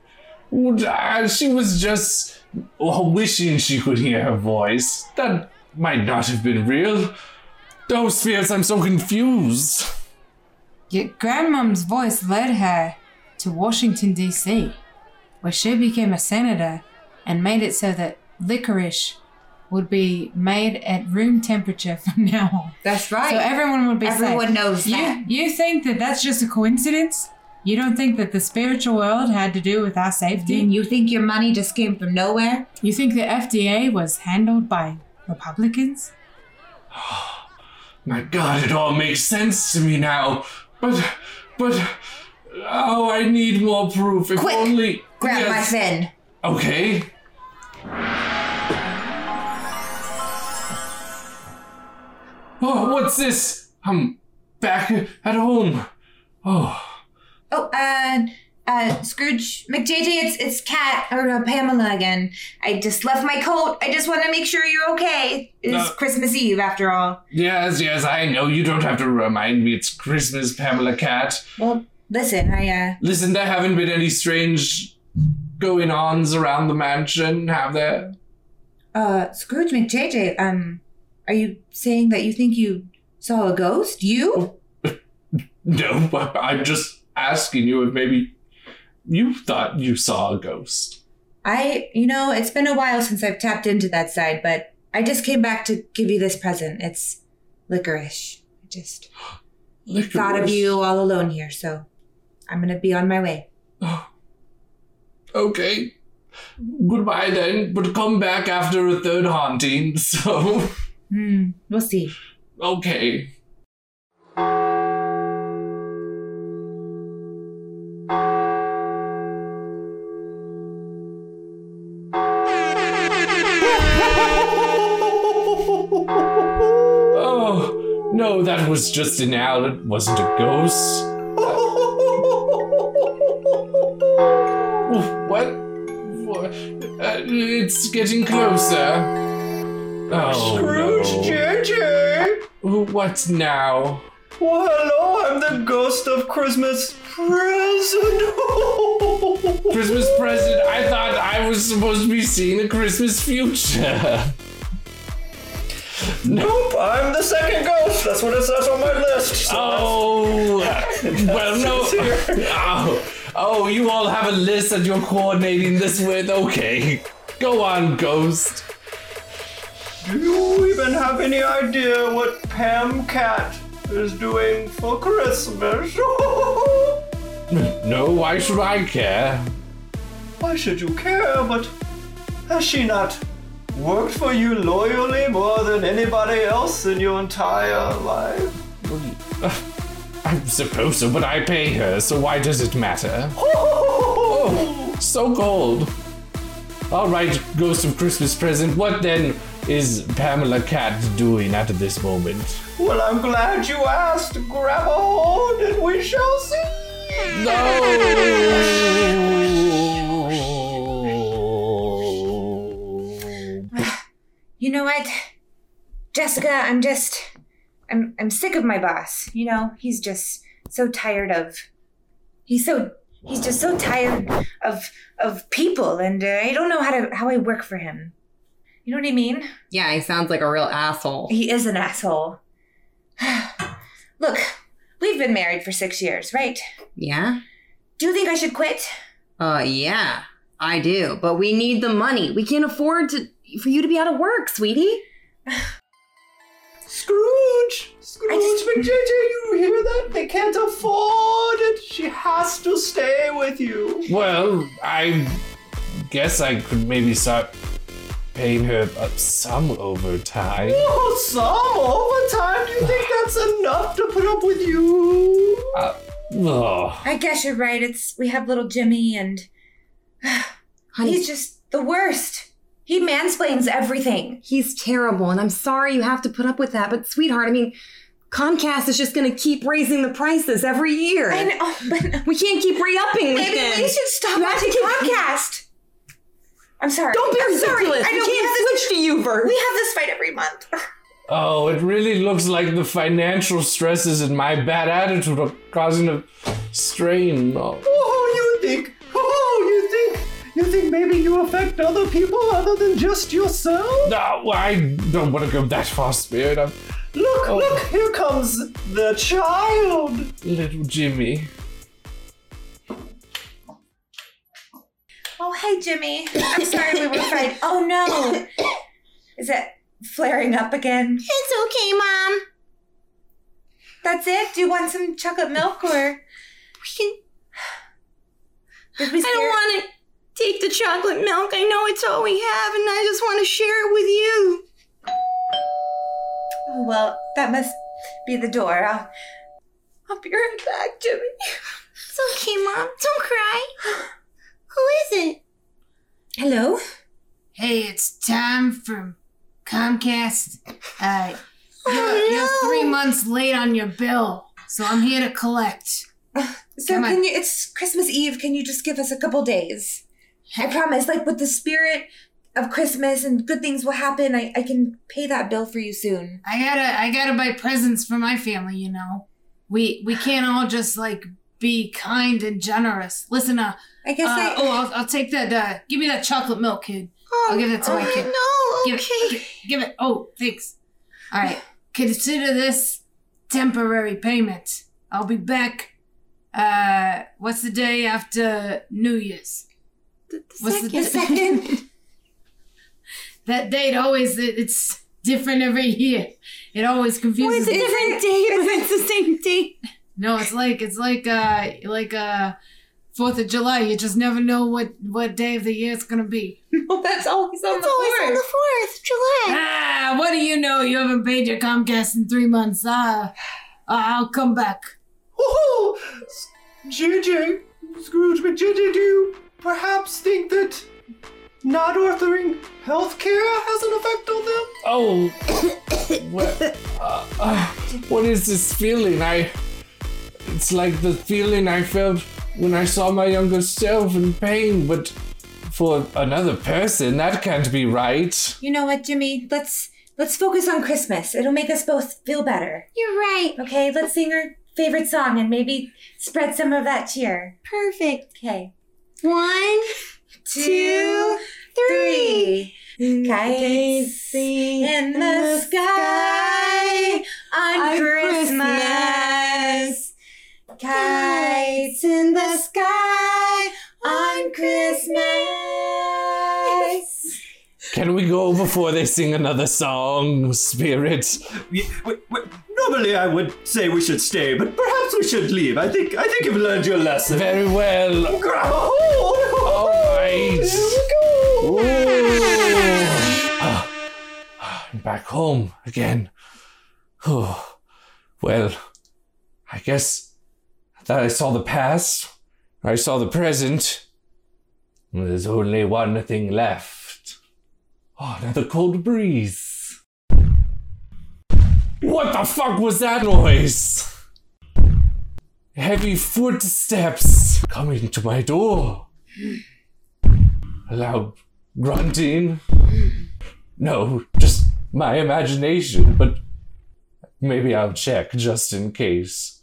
[SPEAKER 6] Would- uh, She was just oh, wishing she could hear her voice. That might not have been real. Those fears, I'm so confused.
[SPEAKER 8] Your grandmom's voice led her to Washington, D.C., where she became a senator and made it so that licorice would be made at room temperature from now on.
[SPEAKER 2] That's
[SPEAKER 8] So everyone would be
[SPEAKER 2] Everyone
[SPEAKER 8] safe.
[SPEAKER 2] knows
[SPEAKER 8] you,
[SPEAKER 2] that.
[SPEAKER 8] You think that that's just a coincidence? You don't think that the spiritual world had to do with our safety?
[SPEAKER 2] And you think your money just came from nowhere?
[SPEAKER 8] You think the FDA was handled by Republicans?
[SPEAKER 6] My god, it all makes sense to me now. But, but, oh, I need more proof. If
[SPEAKER 2] Quick,
[SPEAKER 6] only.
[SPEAKER 2] Grab my
[SPEAKER 6] Yes.
[SPEAKER 2] fin.
[SPEAKER 6] Okay. Oh, what's this? I'm back at home. Oh,
[SPEAKER 2] Oh, uh, uh, Scrooge McJJ, it's it's Kat or uh, Pamela again. I just left my coat. I just want to make sure you're okay. It's
[SPEAKER 6] No.
[SPEAKER 2] Christmas Eve after all.
[SPEAKER 6] yes, yes, I know. You don't have to remind me it's Christmas, Pamela Cat.
[SPEAKER 2] Well, Listen, I uh
[SPEAKER 6] Listen, there haven't been any strange going ons around the mansion, have there?
[SPEAKER 2] uh Scrooge McJJ, um are you saying that you think you saw a ghost? You?
[SPEAKER 6] No, but I'm just asking you if maybe you thought you saw a ghost.
[SPEAKER 2] I you know, it's been a while since I've tapped into that side, but I just came back to give you this present. It's licorice. I just thought of
[SPEAKER 6] Licorice.
[SPEAKER 2] you all alone here, so I'm gonna be on my way.
[SPEAKER 6] Okay. Goodbye then, but come back after a third haunting, so.
[SPEAKER 2] Hmm, we'll see.
[SPEAKER 6] Okay. Oh, no, that was just an owl. It wasn't a ghost. what? What? Uh, it's getting closer. Oh, no.
[SPEAKER 9] JJ!
[SPEAKER 6] What now?
[SPEAKER 9] Well, hello, I'm the ghost of Christmas present.
[SPEAKER 6] Christmas present? I thought I was supposed to be seeing a Christmas future.
[SPEAKER 9] nope, I'm the second ghost. That's what it says on my list. So
[SPEAKER 6] oh, well, no. Oh, oh, you all have a list that you're coordinating this with? Okay. Go on, ghost.
[SPEAKER 9] Do you even have any idea what Pam Cat is doing for Christmas?
[SPEAKER 6] No, why should I care?
[SPEAKER 9] Why should you care? But has she not worked for you loyally more than anybody else in your entire life?
[SPEAKER 6] I'm supposed to, but I pay her, so why does it matter? Oh, so cold. All right, Ghost of Christmas Present, what then is Pamela Cat doing at this moment?
[SPEAKER 9] Well, I'm glad you asked. Grab a hold and we shall see.
[SPEAKER 6] No!
[SPEAKER 2] You know what? Jessica, I'm just I'm I'm sick of my boss. You know, he's just so tired of he's so he's just so tired of of people and uh, I don't know how to how I work for him. You know what I mean?
[SPEAKER 5] Yeah, he sounds like a real asshole.
[SPEAKER 2] He is an asshole. Look, we've been married for 6 years, right?
[SPEAKER 5] Yeah?
[SPEAKER 2] Do you think I should quit?
[SPEAKER 5] Uh, yeah, I do. But we need the money. We can't afford to for you to be out of work, sweetie.
[SPEAKER 9] Scrooge! Scrooge
[SPEAKER 2] just-
[SPEAKER 9] McJJ, you hear that? They can't afford it. She has to stay with you.
[SPEAKER 6] Well, I guess I could maybe start paying her uh, some overtime.
[SPEAKER 9] Oh, some overtime. Do you think that's enough to put up with you?
[SPEAKER 6] Uh, Ugh.
[SPEAKER 2] I guess you're right. It's we have little Jimmy and
[SPEAKER 5] Honey,
[SPEAKER 2] he's
[SPEAKER 5] he's,
[SPEAKER 2] just the worst. He mansplains everything.
[SPEAKER 5] terrible, and I'm sorry you have to put up with that. But sweetheart, I mean, Comcast is just going to keep raising the prices every year.
[SPEAKER 2] I know, but
[SPEAKER 5] We can't keep re-upping with
[SPEAKER 2] maybe
[SPEAKER 5] them.
[SPEAKER 2] we should stop
[SPEAKER 5] You have
[SPEAKER 2] watching
[SPEAKER 5] to keep-
[SPEAKER 2] podcast. I'm sorry.
[SPEAKER 5] Don't be
[SPEAKER 2] I'm
[SPEAKER 5] ridiculous.
[SPEAKER 2] Sorry. I
[SPEAKER 5] We
[SPEAKER 2] know we have,
[SPEAKER 5] can't switch to you, Bert.
[SPEAKER 2] we have this fight every month.
[SPEAKER 6] Oh, it really looks like the financial stresses and my bad attitude are causing a strain. Oh,
[SPEAKER 9] Oh, you think? Oh, you think? You think maybe you affect other people other than just yourself?
[SPEAKER 6] No, I don't want to go that far, Spirit. I'm
[SPEAKER 9] Look,
[SPEAKER 6] Oh.
[SPEAKER 9] look, here comes the child.
[SPEAKER 6] little Jimmy.
[SPEAKER 2] Oh, hey, Jimmy. I'm sorry we were fighting. Oh, no. Is it flaring up again?
[SPEAKER 10] It's okay, Mom.
[SPEAKER 2] That's it? Do you want some chocolate milk or.
[SPEAKER 10] We can.
[SPEAKER 2] Did we
[SPEAKER 10] I don't
[SPEAKER 2] scare-
[SPEAKER 10] want to take the chocolate milk. I know it's all we have, and I just want to share it with you.
[SPEAKER 2] Oh, well, that must be the door. I'll, I'll be right back, Jimmy.
[SPEAKER 10] It's okay, Mom. Don't cry. Who is it?
[SPEAKER 2] Hello?
[SPEAKER 4] Hey, it's Tom from Comcast. Uh, you're,
[SPEAKER 10] no.
[SPEAKER 4] you're three months late on your bill, so I'm here to collect.
[SPEAKER 2] So
[SPEAKER 4] Come on.
[SPEAKER 2] can you? It's Christmas Eve. Can you just give us a couple days? I promise. Like with the spirit of Christmas and good things will happen. I, I can pay that bill for you soon.
[SPEAKER 4] I gotta, I gotta buy presents for my family. You know, we we can't all just like
[SPEAKER 7] be kind and generous. Listen, uh,
[SPEAKER 2] I guess
[SPEAKER 7] uh,
[SPEAKER 2] I.
[SPEAKER 7] oh, I'll, I'll take that. Uh, give me that chocolate milk, kid.
[SPEAKER 8] Oh,
[SPEAKER 7] I'll give it to my kid.
[SPEAKER 8] oh, no,
[SPEAKER 7] Give it-
[SPEAKER 8] okay.
[SPEAKER 7] Give it. Oh, thanks. All right. Consider this temporary payment. I'll be back. Uh, what's the day after New Year's? What's the
[SPEAKER 2] The second.
[SPEAKER 7] That date always it- it's different every year. It always
[SPEAKER 5] Well,
[SPEAKER 7] confuses
[SPEAKER 5] it's a
[SPEAKER 7] me.
[SPEAKER 5] different date, but it's the same date.
[SPEAKER 7] No, it's like it's like uh like uh Fourth of July. You just never know what what day of the year it's gonna be.
[SPEAKER 5] Well, that's always on
[SPEAKER 8] It's
[SPEAKER 5] the
[SPEAKER 8] always on
[SPEAKER 5] fourth.
[SPEAKER 8] the 4th, July.
[SPEAKER 7] Ah, what do you know? You haven't paid your Comcast in three months. Ah, ah, I'll come back.
[SPEAKER 9] Oh, JJ, Scrooge McJJ, do you perhaps think that not offering healthcare has an effect on them?
[SPEAKER 6] Oh, what, uh, uh, what is this feeling? I. It's like the feeling I felt when I saw my younger self in pain, but for another person, that can't be right.
[SPEAKER 2] You know what, Jimmy? Let's let's focus on Christmas. It'll make us both feel better.
[SPEAKER 8] You're right.
[SPEAKER 2] Okay, let's sing our favorite song and maybe spread some of that cheer.
[SPEAKER 8] Perfect.
[SPEAKER 2] Okay.
[SPEAKER 8] One, two, three.
[SPEAKER 2] Kites in the sky on Christmas. Kites in the sky on Christmas.
[SPEAKER 6] Can we go before they sing another song, Spirit?
[SPEAKER 1] Yeah, wait, wait. Normally, I would say we should stay, but perhaps we should leave. I think I think you've learned your lesson.
[SPEAKER 6] Very
[SPEAKER 9] Oh,
[SPEAKER 6] well.
[SPEAKER 1] Grab a
[SPEAKER 6] Oh,
[SPEAKER 1] hold.
[SPEAKER 6] All right. Ooh. Ah, ah, I'm back home again. Oh, well, I guess that I saw the past. I saw the present. There's only one thing left. Oh, another cold breeze. What the fuck was that noise? Heavy footsteps coming to my door. Loud grunting. No, just my imagination, but maybe I'll check just in case.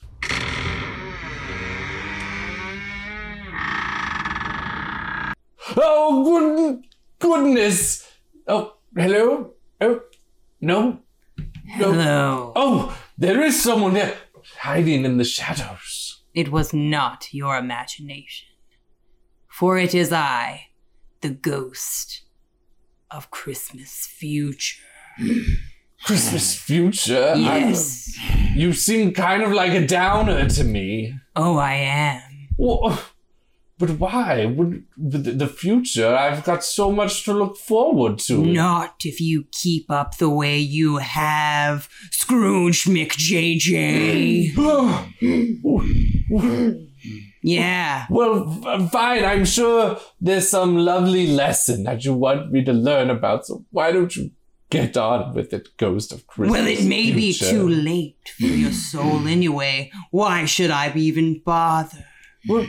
[SPEAKER 6] Oh, good, goodness! Oh, hello? Oh, no? Hello. Oh, there is someone there hiding in the shadows.
[SPEAKER 11] It was not your imagination, for it is I, the ghost of Christmas future.
[SPEAKER 6] Christmas future? I'm-
[SPEAKER 11] Yes.
[SPEAKER 6] you seem kind of like a downer to me.
[SPEAKER 11] Oh, I am.
[SPEAKER 6] Well, but why? Would the the future? I've got so much to look forward to.
[SPEAKER 11] Not if you keep up the way you have, Scrooge McJJ. yeah.
[SPEAKER 6] Well, f- fine. I'm sure there's some lovely lesson that you want me to learn about. So why don't you get on with it, Ghost of Christmas?
[SPEAKER 11] Well, it may be
[SPEAKER 6] future? Mm.
[SPEAKER 11] too late for your soul anyway. Why should I even bother?
[SPEAKER 6] Well,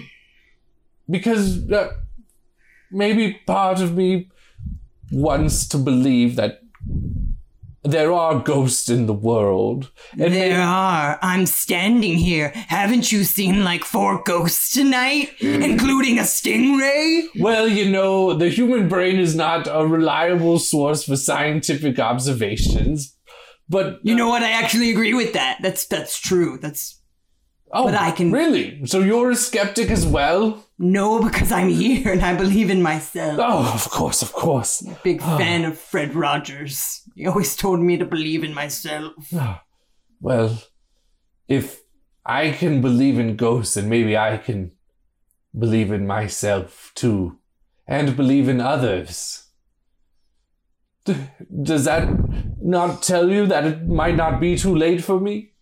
[SPEAKER 6] because uh, maybe part of me wants to believe that there are ghosts in the world. And may-
[SPEAKER 11] there are. I'm standing here. Haven't you seen like four ghosts tonight,
[SPEAKER 6] Mm.
[SPEAKER 11] including a stingray?
[SPEAKER 6] well, you know, the human brain is not a reliable source for scientific observations. But
[SPEAKER 11] You know what? I actually agree with that. That's that's true. That's
[SPEAKER 6] oh,
[SPEAKER 11] but I can-
[SPEAKER 6] really. So you're a skeptic as well?
[SPEAKER 11] no, because I'm here and I believe in myself.
[SPEAKER 6] Oh, of course, Oh. of course.
[SPEAKER 11] Big fan of Fred Rogers. He always told me to believe in myself.
[SPEAKER 6] Oh. Well, if I can believe in ghosts, then maybe I can believe in myself too, and believe in others. D- does that not tell you that it might not be too late for me?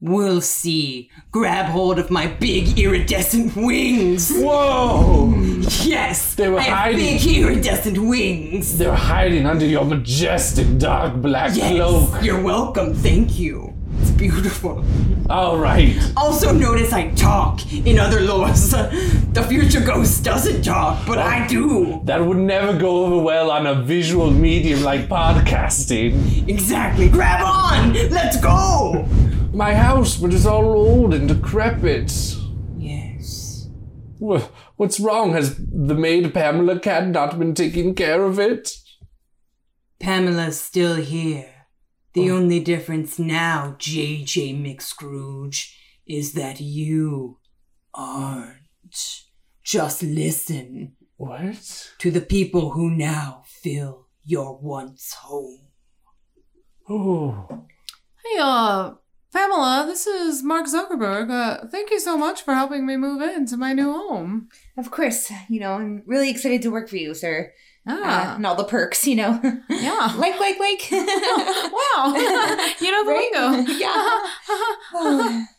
[SPEAKER 11] We'll see. Grab hold of my big iridescent wings.
[SPEAKER 6] Whoa!
[SPEAKER 11] Yes,
[SPEAKER 6] They were
[SPEAKER 11] I have
[SPEAKER 6] hiding-
[SPEAKER 11] big iridescent wings.
[SPEAKER 6] They're hiding under your majestic dark black
[SPEAKER 11] Yes,
[SPEAKER 6] cloak.
[SPEAKER 11] you're welcome. Thank you. It's beautiful.
[SPEAKER 6] All right.
[SPEAKER 11] Also, notice I talk in other lores. The future ghost doesn't talk, but I do.
[SPEAKER 6] That would never go over well on a visual medium like podcasting.
[SPEAKER 11] Exactly. Grab on. Let's go.
[SPEAKER 6] My house, but it's all old and decrepit.
[SPEAKER 11] Yeah.
[SPEAKER 6] Wha- What's wrong? Has the maid Pamela Cat not been taking care of it?
[SPEAKER 11] Pamela's still here. The
[SPEAKER 6] Oh.
[SPEAKER 11] only difference now, JJ McScrooge, is that you aren't. Just listen.
[SPEAKER 6] What?
[SPEAKER 11] To the people who now fill your once home.
[SPEAKER 6] Oh.
[SPEAKER 12] Hey, uh, Pamela, this is Mark Zuckerberg. Uh, thank you so much for helping me move into my new home.
[SPEAKER 2] Of course, you know, I'm really excited to work for you, sir.
[SPEAKER 12] Ah.
[SPEAKER 2] Uh, and all the perks, you know.
[SPEAKER 12] Yeah.
[SPEAKER 2] like, like, like.
[SPEAKER 12] wow. you know the lingo. Oh,
[SPEAKER 2] yeah.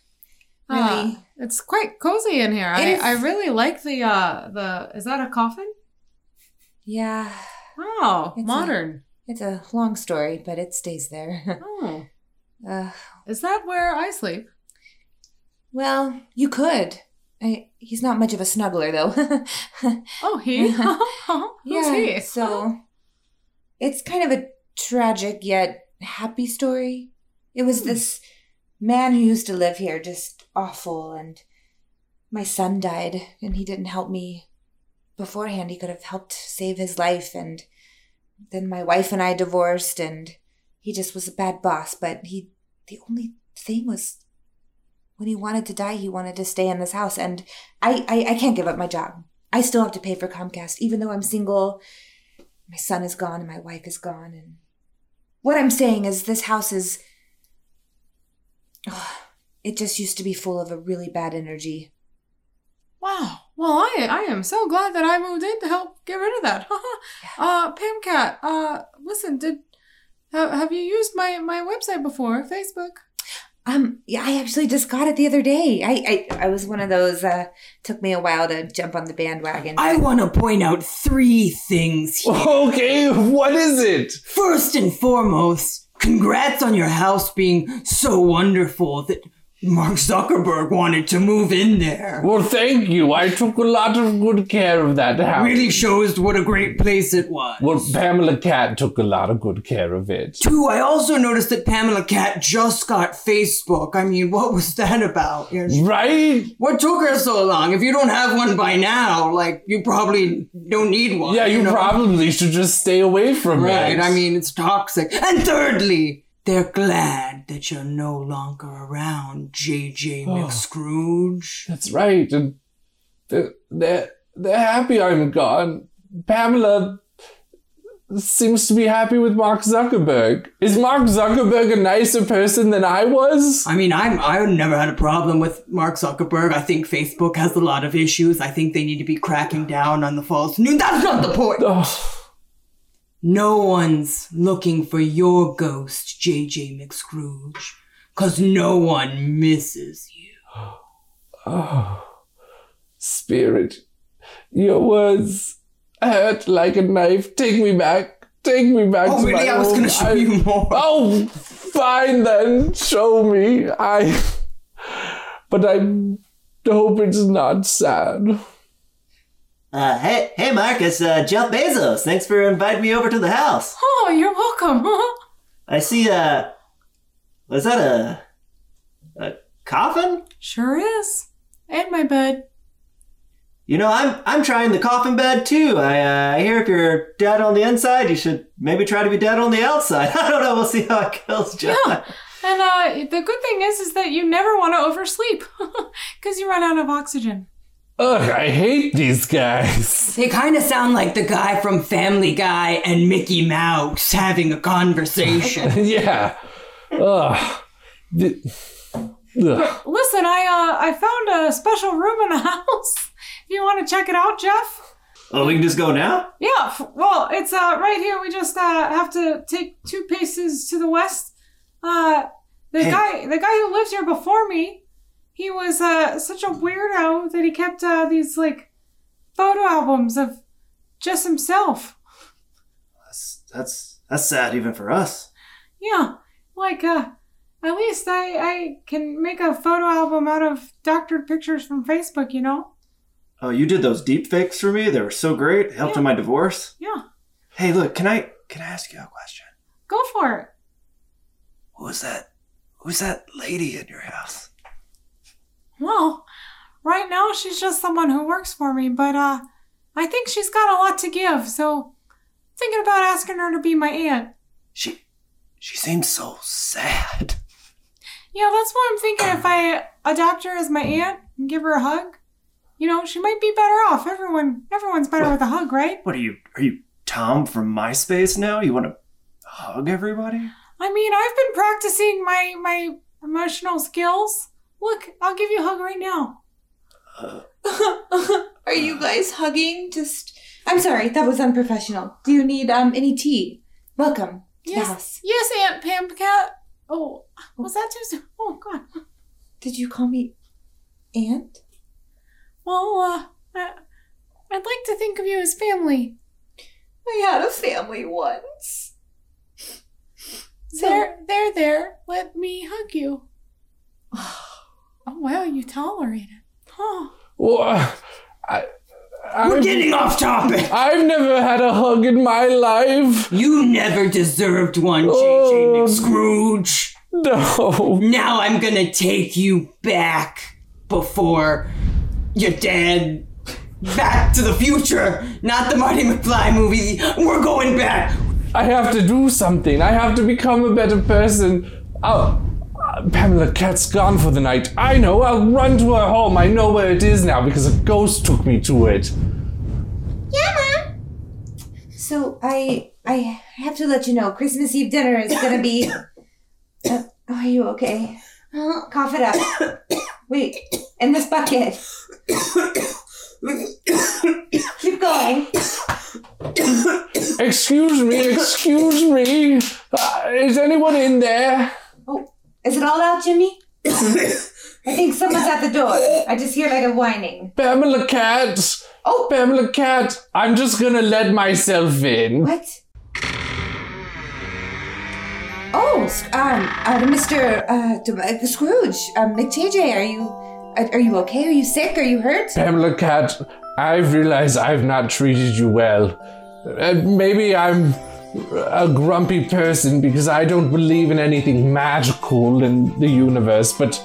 [SPEAKER 12] Uh, it's quite cozy in here. I,
[SPEAKER 2] It is.
[SPEAKER 12] I really like the uh the is that a coffin?
[SPEAKER 2] yeah.
[SPEAKER 12] Wow,
[SPEAKER 2] It's a-
[SPEAKER 12] Oh, modern.
[SPEAKER 2] It's a long story, but it stays there.
[SPEAKER 12] oh.
[SPEAKER 2] Uh,
[SPEAKER 12] Is that where I sleep?
[SPEAKER 2] well, you could. I, he's not much of a snuggler, though.
[SPEAKER 12] Oh, he? Who's
[SPEAKER 2] yeah.
[SPEAKER 12] he?
[SPEAKER 2] So it's kind of a tragic yet happy story. It
[SPEAKER 12] Hmm.
[SPEAKER 2] was this man who used to live here, just awful, and my son died, and he didn't help me beforehand. He could have helped save his life, and then my wife and I divorced, and he just was a bad boss. But he, the only thing was when he wanted to die, he wanted to stay in this house, and I, I, I can't give up my job. I still have to pay for Comcast, even though I'm single. My son is gone, and my wife is gone, and what I'm saying is this house is. it just used to be full of a really bad energy.
[SPEAKER 12] Wow. Well, I I am so glad that I moved in to help get rid of that. uh, Pamcat, uh, listen, did ha- have you used my my website before, Facebook?
[SPEAKER 2] Um, yeah, I actually just got it the other day. I I, I was one of those. Uh, took me a while to jump on the bandwagon.
[SPEAKER 11] I want to point out three things here.
[SPEAKER 6] Okay, what is it?
[SPEAKER 11] First and foremost, congrats on your house being so wonderful that Mark Zuckerberg wanted to move in there.
[SPEAKER 6] Well, thank you. I took a lot of good care of that house.
[SPEAKER 11] Really shows what a great place it was.
[SPEAKER 6] Well, Pamela Cat took a lot of good care of it.
[SPEAKER 11] Two, I also noticed that Pamela Cat just got Facebook. I mean, what was that about? You know,
[SPEAKER 6] Right?
[SPEAKER 11] What took her so long? If you don't have one by now, like, you probably don't need one.
[SPEAKER 6] Yeah, you,
[SPEAKER 11] know?
[SPEAKER 6] probably should just stay away from
[SPEAKER 11] Right,
[SPEAKER 6] it.
[SPEAKER 11] I mean, it's toxic. And thirdly, they're glad that you're no longer around, JJ
[SPEAKER 6] Oh.
[SPEAKER 11] McScrooge.
[SPEAKER 6] That's right. And they're, they're, they're happy I'm gone. Pamela seems to be happy with Mark Zuckerberg. Is Mark Zuckerberg a nicer person than I was?
[SPEAKER 11] I mean, I'm I never had a problem with Mark Zuckerberg. I think Facebook has a lot of issues. I think they need to be cracking down on the false news. That's not the point. No one's looking for your ghost, JJ McScrooge, cause no one misses you.
[SPEAKER 6] Oh, spirit, your words hurt like a knife. Take me back. Take me back
[SPEAKER 11] Oh,
[SPEAKER 6] to
[SPEAKER 11] really?
[SPEAKER 6] my
[SPEAKER 11] I was
[SPEAKER 6] home.
[SPEAKER 11] gonna show you more.
[SPEAKER 6] Oh, fine then. Show me. I. But I hope it's not sad.
[SPEAKER 1] Uh, hey, hey, Marcus, uh, Jeff Bezos. Thanks for inviting me over to the house.
[SPEAKER 12] Oh, you're welcome.
[SPEAKER 1] I see. Uh, was that a a coffin?
[SPEAKER 12] sure is. And my bed.
[SPEAKER 1] You know, I'm I'm trying the coffin bed too. I uh, I hear if you're dead on the inside, you should maybe try to be dead on the outside. I don't know. We'll see how it goes, Jeff.
[SPEAKER 12] And uh, the good thing is, is that you never want to oversleep, because you run out of oxygen.
[SPEAKER 6] Ugh, I hate these guys.
[SPEAKER 11] They kind of sound like the guy from Family Guy and Mickey Mouse having a conversation.
[SPEAKER 6] yeah. Ugh. Th- ugh.
[SPEAKER 12] But listen, I uh, I found a special room in the house. If you want to check it out, Jeff.
[SPEAKER 1] Oh, we can just go now.
[SPEAKER 12] Yeah, f- well, it's uh, right here. We just uh, have to take two paces to the west. Uh, the
[SPEAKER 1] Hey.
[SPEAKER 12] guy, the guy who lived here before me, he was uh, such a weirdo that he kept uh, these like photo albums of just himself.
[SPEAKER 1] That's that's sad even for us.
[SPEAKER 12] Yeah, like uh, at least I I can make a photo album out of doctored pictures from Facebook. You know?
[SPEAKER 1] Oh, you did those deep fakes for me. They were so great. Helped in my divorce.
[SPEAKER 12] Yeah,
[SPEAKER 1] Hey, look, can I can I ask you a question?
[SPEAKER 12] go for it.
[SPEAKER 1] What was that? Who's that lady in your house?
[SPEAKER 12] Well, Right now, she's just someone who works for me, but uh, I think she's got a lot to give, so thinking about asking her to be my aunt.
[SPEAKER 13] She, she seems so sad.
[SPEAKER 12] Yeah, that's what I'm thinking. If I adopt her as my aunt and give her a hug, you know, she might be better off. Everyone, everyone's better with a hug, right?
[SPEAKER 1] What are you? Are you Tom from MySpace now? You want to hug everybody?
[SPEAKER 12] I mean, I've been practicing my my emotional skills. Look, I'll give you a hug right now.
[SPEAKER 1] Uh,
[SPEAKER 14] Are you guys hugging? Just. I'm sorry, that was unprofessional. Do you need um any tea? Welcome. to the house.
[SPEAKER 12] Yes, yes, Aunt Pam Cat. Oh, was that too soon? Oh God.
[SPEAKER 14] Did you call me aunt?
[SPEAKER 12] Well, uh, I, I'd like to think of you as family.
[SPEAKER 14] I had a family once.
[SPEAKER 12] There, there, there. Let me hug you. Oh wow, you tolerate it. Oh,
[SPEAKER 6] Well, I,
[SPEAKER 11] We're
[SPEAKER 6] I've-
[SPEAKER 11] getting off topic.
[SPEAKER 6] I've never had a hug in my life.
[SPEAKER 11] You never deserved one, JJ McScrooge.
[SPEAKER 6] No.
[SPEAKER 11] Now I'm gonna take you back before you're dead. Back to the future, not the Marty McFly movie. We're going back.
[SPEAKER 6] I have to do something. I have to become a better person. Oh, uh, Pamela Cat's gone for the night. I know. I'll run to her home. I know where it is now because a ghost took me to it.
[SPEAKER 2] Yeah, Mom. So I I have to let you know Christmas Eve dinner is gonna be. Uh, are you okay? Huh? Cough it up. Wait, in this bucket. Keep going.
[SPEAKER 6] Excuse me. Excuse me. Uh, is anyone in there?
[SPEAKER 2] Is it all out, Jimmy? I think someone's at the door. I just hear like a whining.
[SPEAKER 6] Pamela Cat.
[SPEAKER 2] Oh,
[SPEAKER 6] Pamela Cat. I'm just gonna let myself in.
[SPEAKER 2] What? Oh, sc- um, uh, Mr. Uh, D- uh, Scrooge, um, McJJ, are you, uh, are, are you okay? Are you sick? Are you hurt?
[SPEAKER 6] Pamela Cat, I realize I've not treated you well. And maybe I'm a grumpy person because I don't believe in anything magical in the universe, but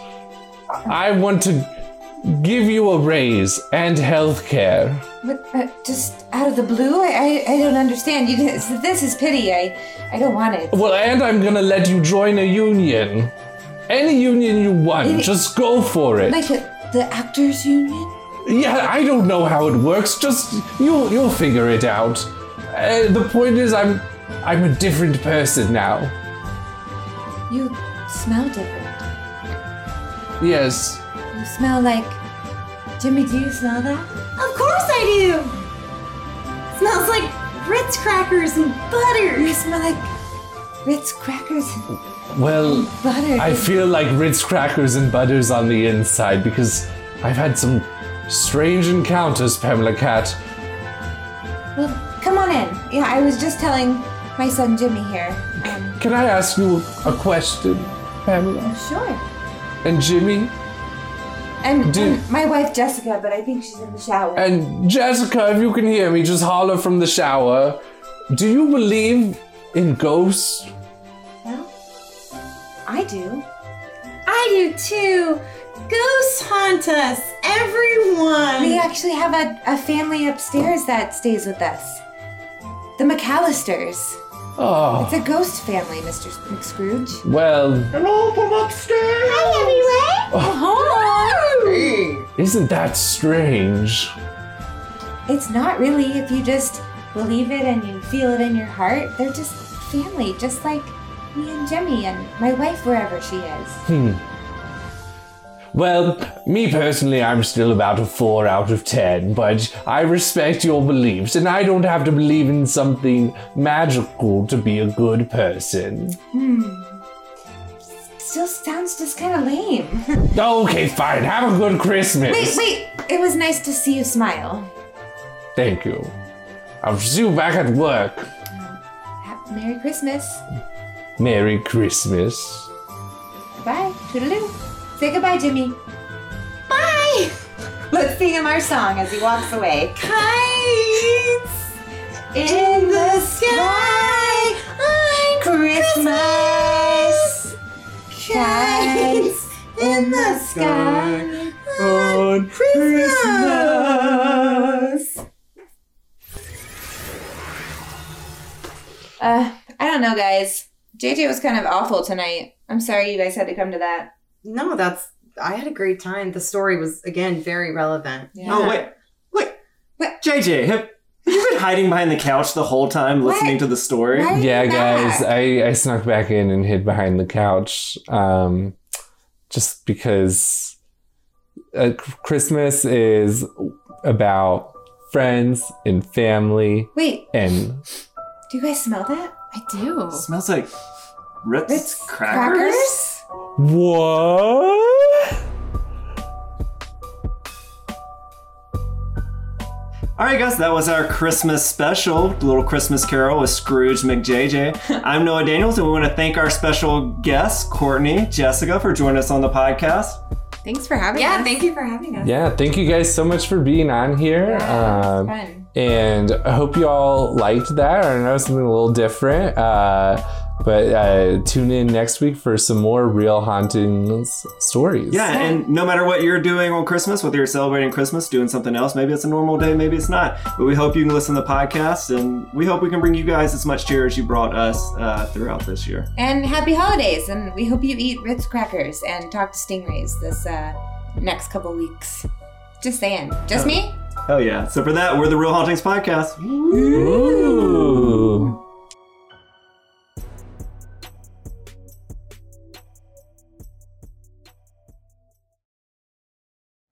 [SPEAKER 6] I want to give you a raise and healthcare.
[SPEAKER 2] What, uh, just out of the blue? I, I, I don't understand. You, this, this is pity. I, I don't want it.
[SPEAKER 6] Well, and I'm gonna let you join a union. Any union you want, just go for it.
[SPEAKER 2] Like a, the actors' union?
[SPEAKER 6] Yeah, I don't know how it works. Just you'll you'll figure it out. Uh, the point is, I'm I'm a different person now.
[SPEAKER 2] You smell different.
[SPEAKER 6] Yes.
[SPEAKER 2] You smell like. Jimmy, do you smell that?
[SPEAKER 14] Of course I do. Smells like Ritz crackers and butter. You
[SPEAKER 2] smell like Ritz crackers.
[SPEAKER 6] Well,
[SPEAKER 2] Butter.
[SPEAKER 6] I feel like Ritz crackers and butters on the inside because I've had some strange encounters, Pamela Cat.
[SPEAKER 2] Well, come on in. Yeah, I was just telling my son Jimmy here.
[SPEAKER 6] Can I ask you a question, Pamela
[SPEAKER 2] Sure.
[SPEAKER 6] and Jimmy
[SPEAKER 2] And,
[SPEAKER 6] Do-
[SPEAKER 2] and my wife Jessica, but I think she's in the shower.
[SPEAKER 6] and Jessica? If you can hear me, just holler from the shower. Do you believe in ghosts?
[SPEAKER 2] I do.
[SPEAKER 15] I do too. Ghosts haunt us, everyone.
[SPEAKER 2] We actually have a, a family upstairs that stays with us. The McAllisters.
[SPEAKER 6] Oh.
[SPEAKER 2] It's a ghost family, Mr. McScrooge.
[SPEAKER 6] Well,
[SPEAKER 2] Hello from upstairs. Hi, everyone.
[SPEAKER 6] isn't that strange?
[SPEAKER 2] It's not really if you just believe it and you feel it in your heart. They're just family, just like me and Jimmy and my wife wherever she is.
[SPEAKER 6] Hmm. Well, me personally, I'm still about a 4 out of 10, but I respect your beliefs, and I don't have to believe in something magical to be a good person.
[SPEAKER 2] Hmm. Still sounds just kind of lame.
[SPEAKER 6] Okay, fine, have a good Christmas.
[SPEAKER 2] Wait, wait. It was nice to see you smile.
[SPEAKER 6] Thank you. I'll see you back at work.
[SPEAKER 2] Merry Christmas.
[SPEAKER 6] Merry Christmas.
[SPEAKER 2] Goodbye. Toodaloo. Say goodbye, Jimmy. Bye. Let's sing him our song as he walks away. Kites in the sky on Christmas. Kites in the sky
[SPEAKER 16] on Christmas.
[SPEAKER 2] Uh, I don't know, guys. JJ was kind of awful tonight. I'm sorry you guys had to come to that.
[SPEAKER 5] No, that's. I had a great time. The story was again very relevant.
[SPEAKER 1] Oh, wait. JJ, have have you been hiding behind the couch the whole time listening to the story?
[SPEAKER 6] yeah, guys, I, I snuck back in and hid behind the couch um, just because uh, Christmas is about friends and family.
[SPEAKER 2] Wait.
[SPEAKER 6] And
[SPEAKER 2] Do you guys smell that? I do.
[SPEAKER 1] Smells like Ritz,
[SPEAKER 2] Crackers?
[SPEAKER 6] what?
[SPEAKER 1] All right, guys, that was our Christmas special, Little Christmas Carol with Scrooge McJJ. I'm Noah Daniels, and we want to thank our special guests, Courtney, Jessica, for joining us on the podcast.
[SPEAKER 17] Thanks for having
[SPEAKER 5] yeah, us. Yeah, thank you for having us.
[SPEAKER 6] Yeah, thank you guys so much for being on here. um, and I hope you all liked that. I know something a little different. Uh, but uh, tune in next week for some more real haunting stories.
[SPEAKER 1] Yeah, and no matter what you're doing on Christmas, whether you're celebrating Christmas, doing something else, maybe it's a normal day, maybe it's not. But we hope you can listen to the podcast, and we hope we can bring you guys as much cheer as you brought us uh, throughout this year.
[SPEAKER 2] And happy holidays, and we hope you eat Ritz crackers and talk to stingrays this uh, next couple weeks. Just saying. Just me?
[SPEAKER 1] Hell yeah. So for that, we're the Real Hauntings Podcast.
[SPEAKER 6] Ooh.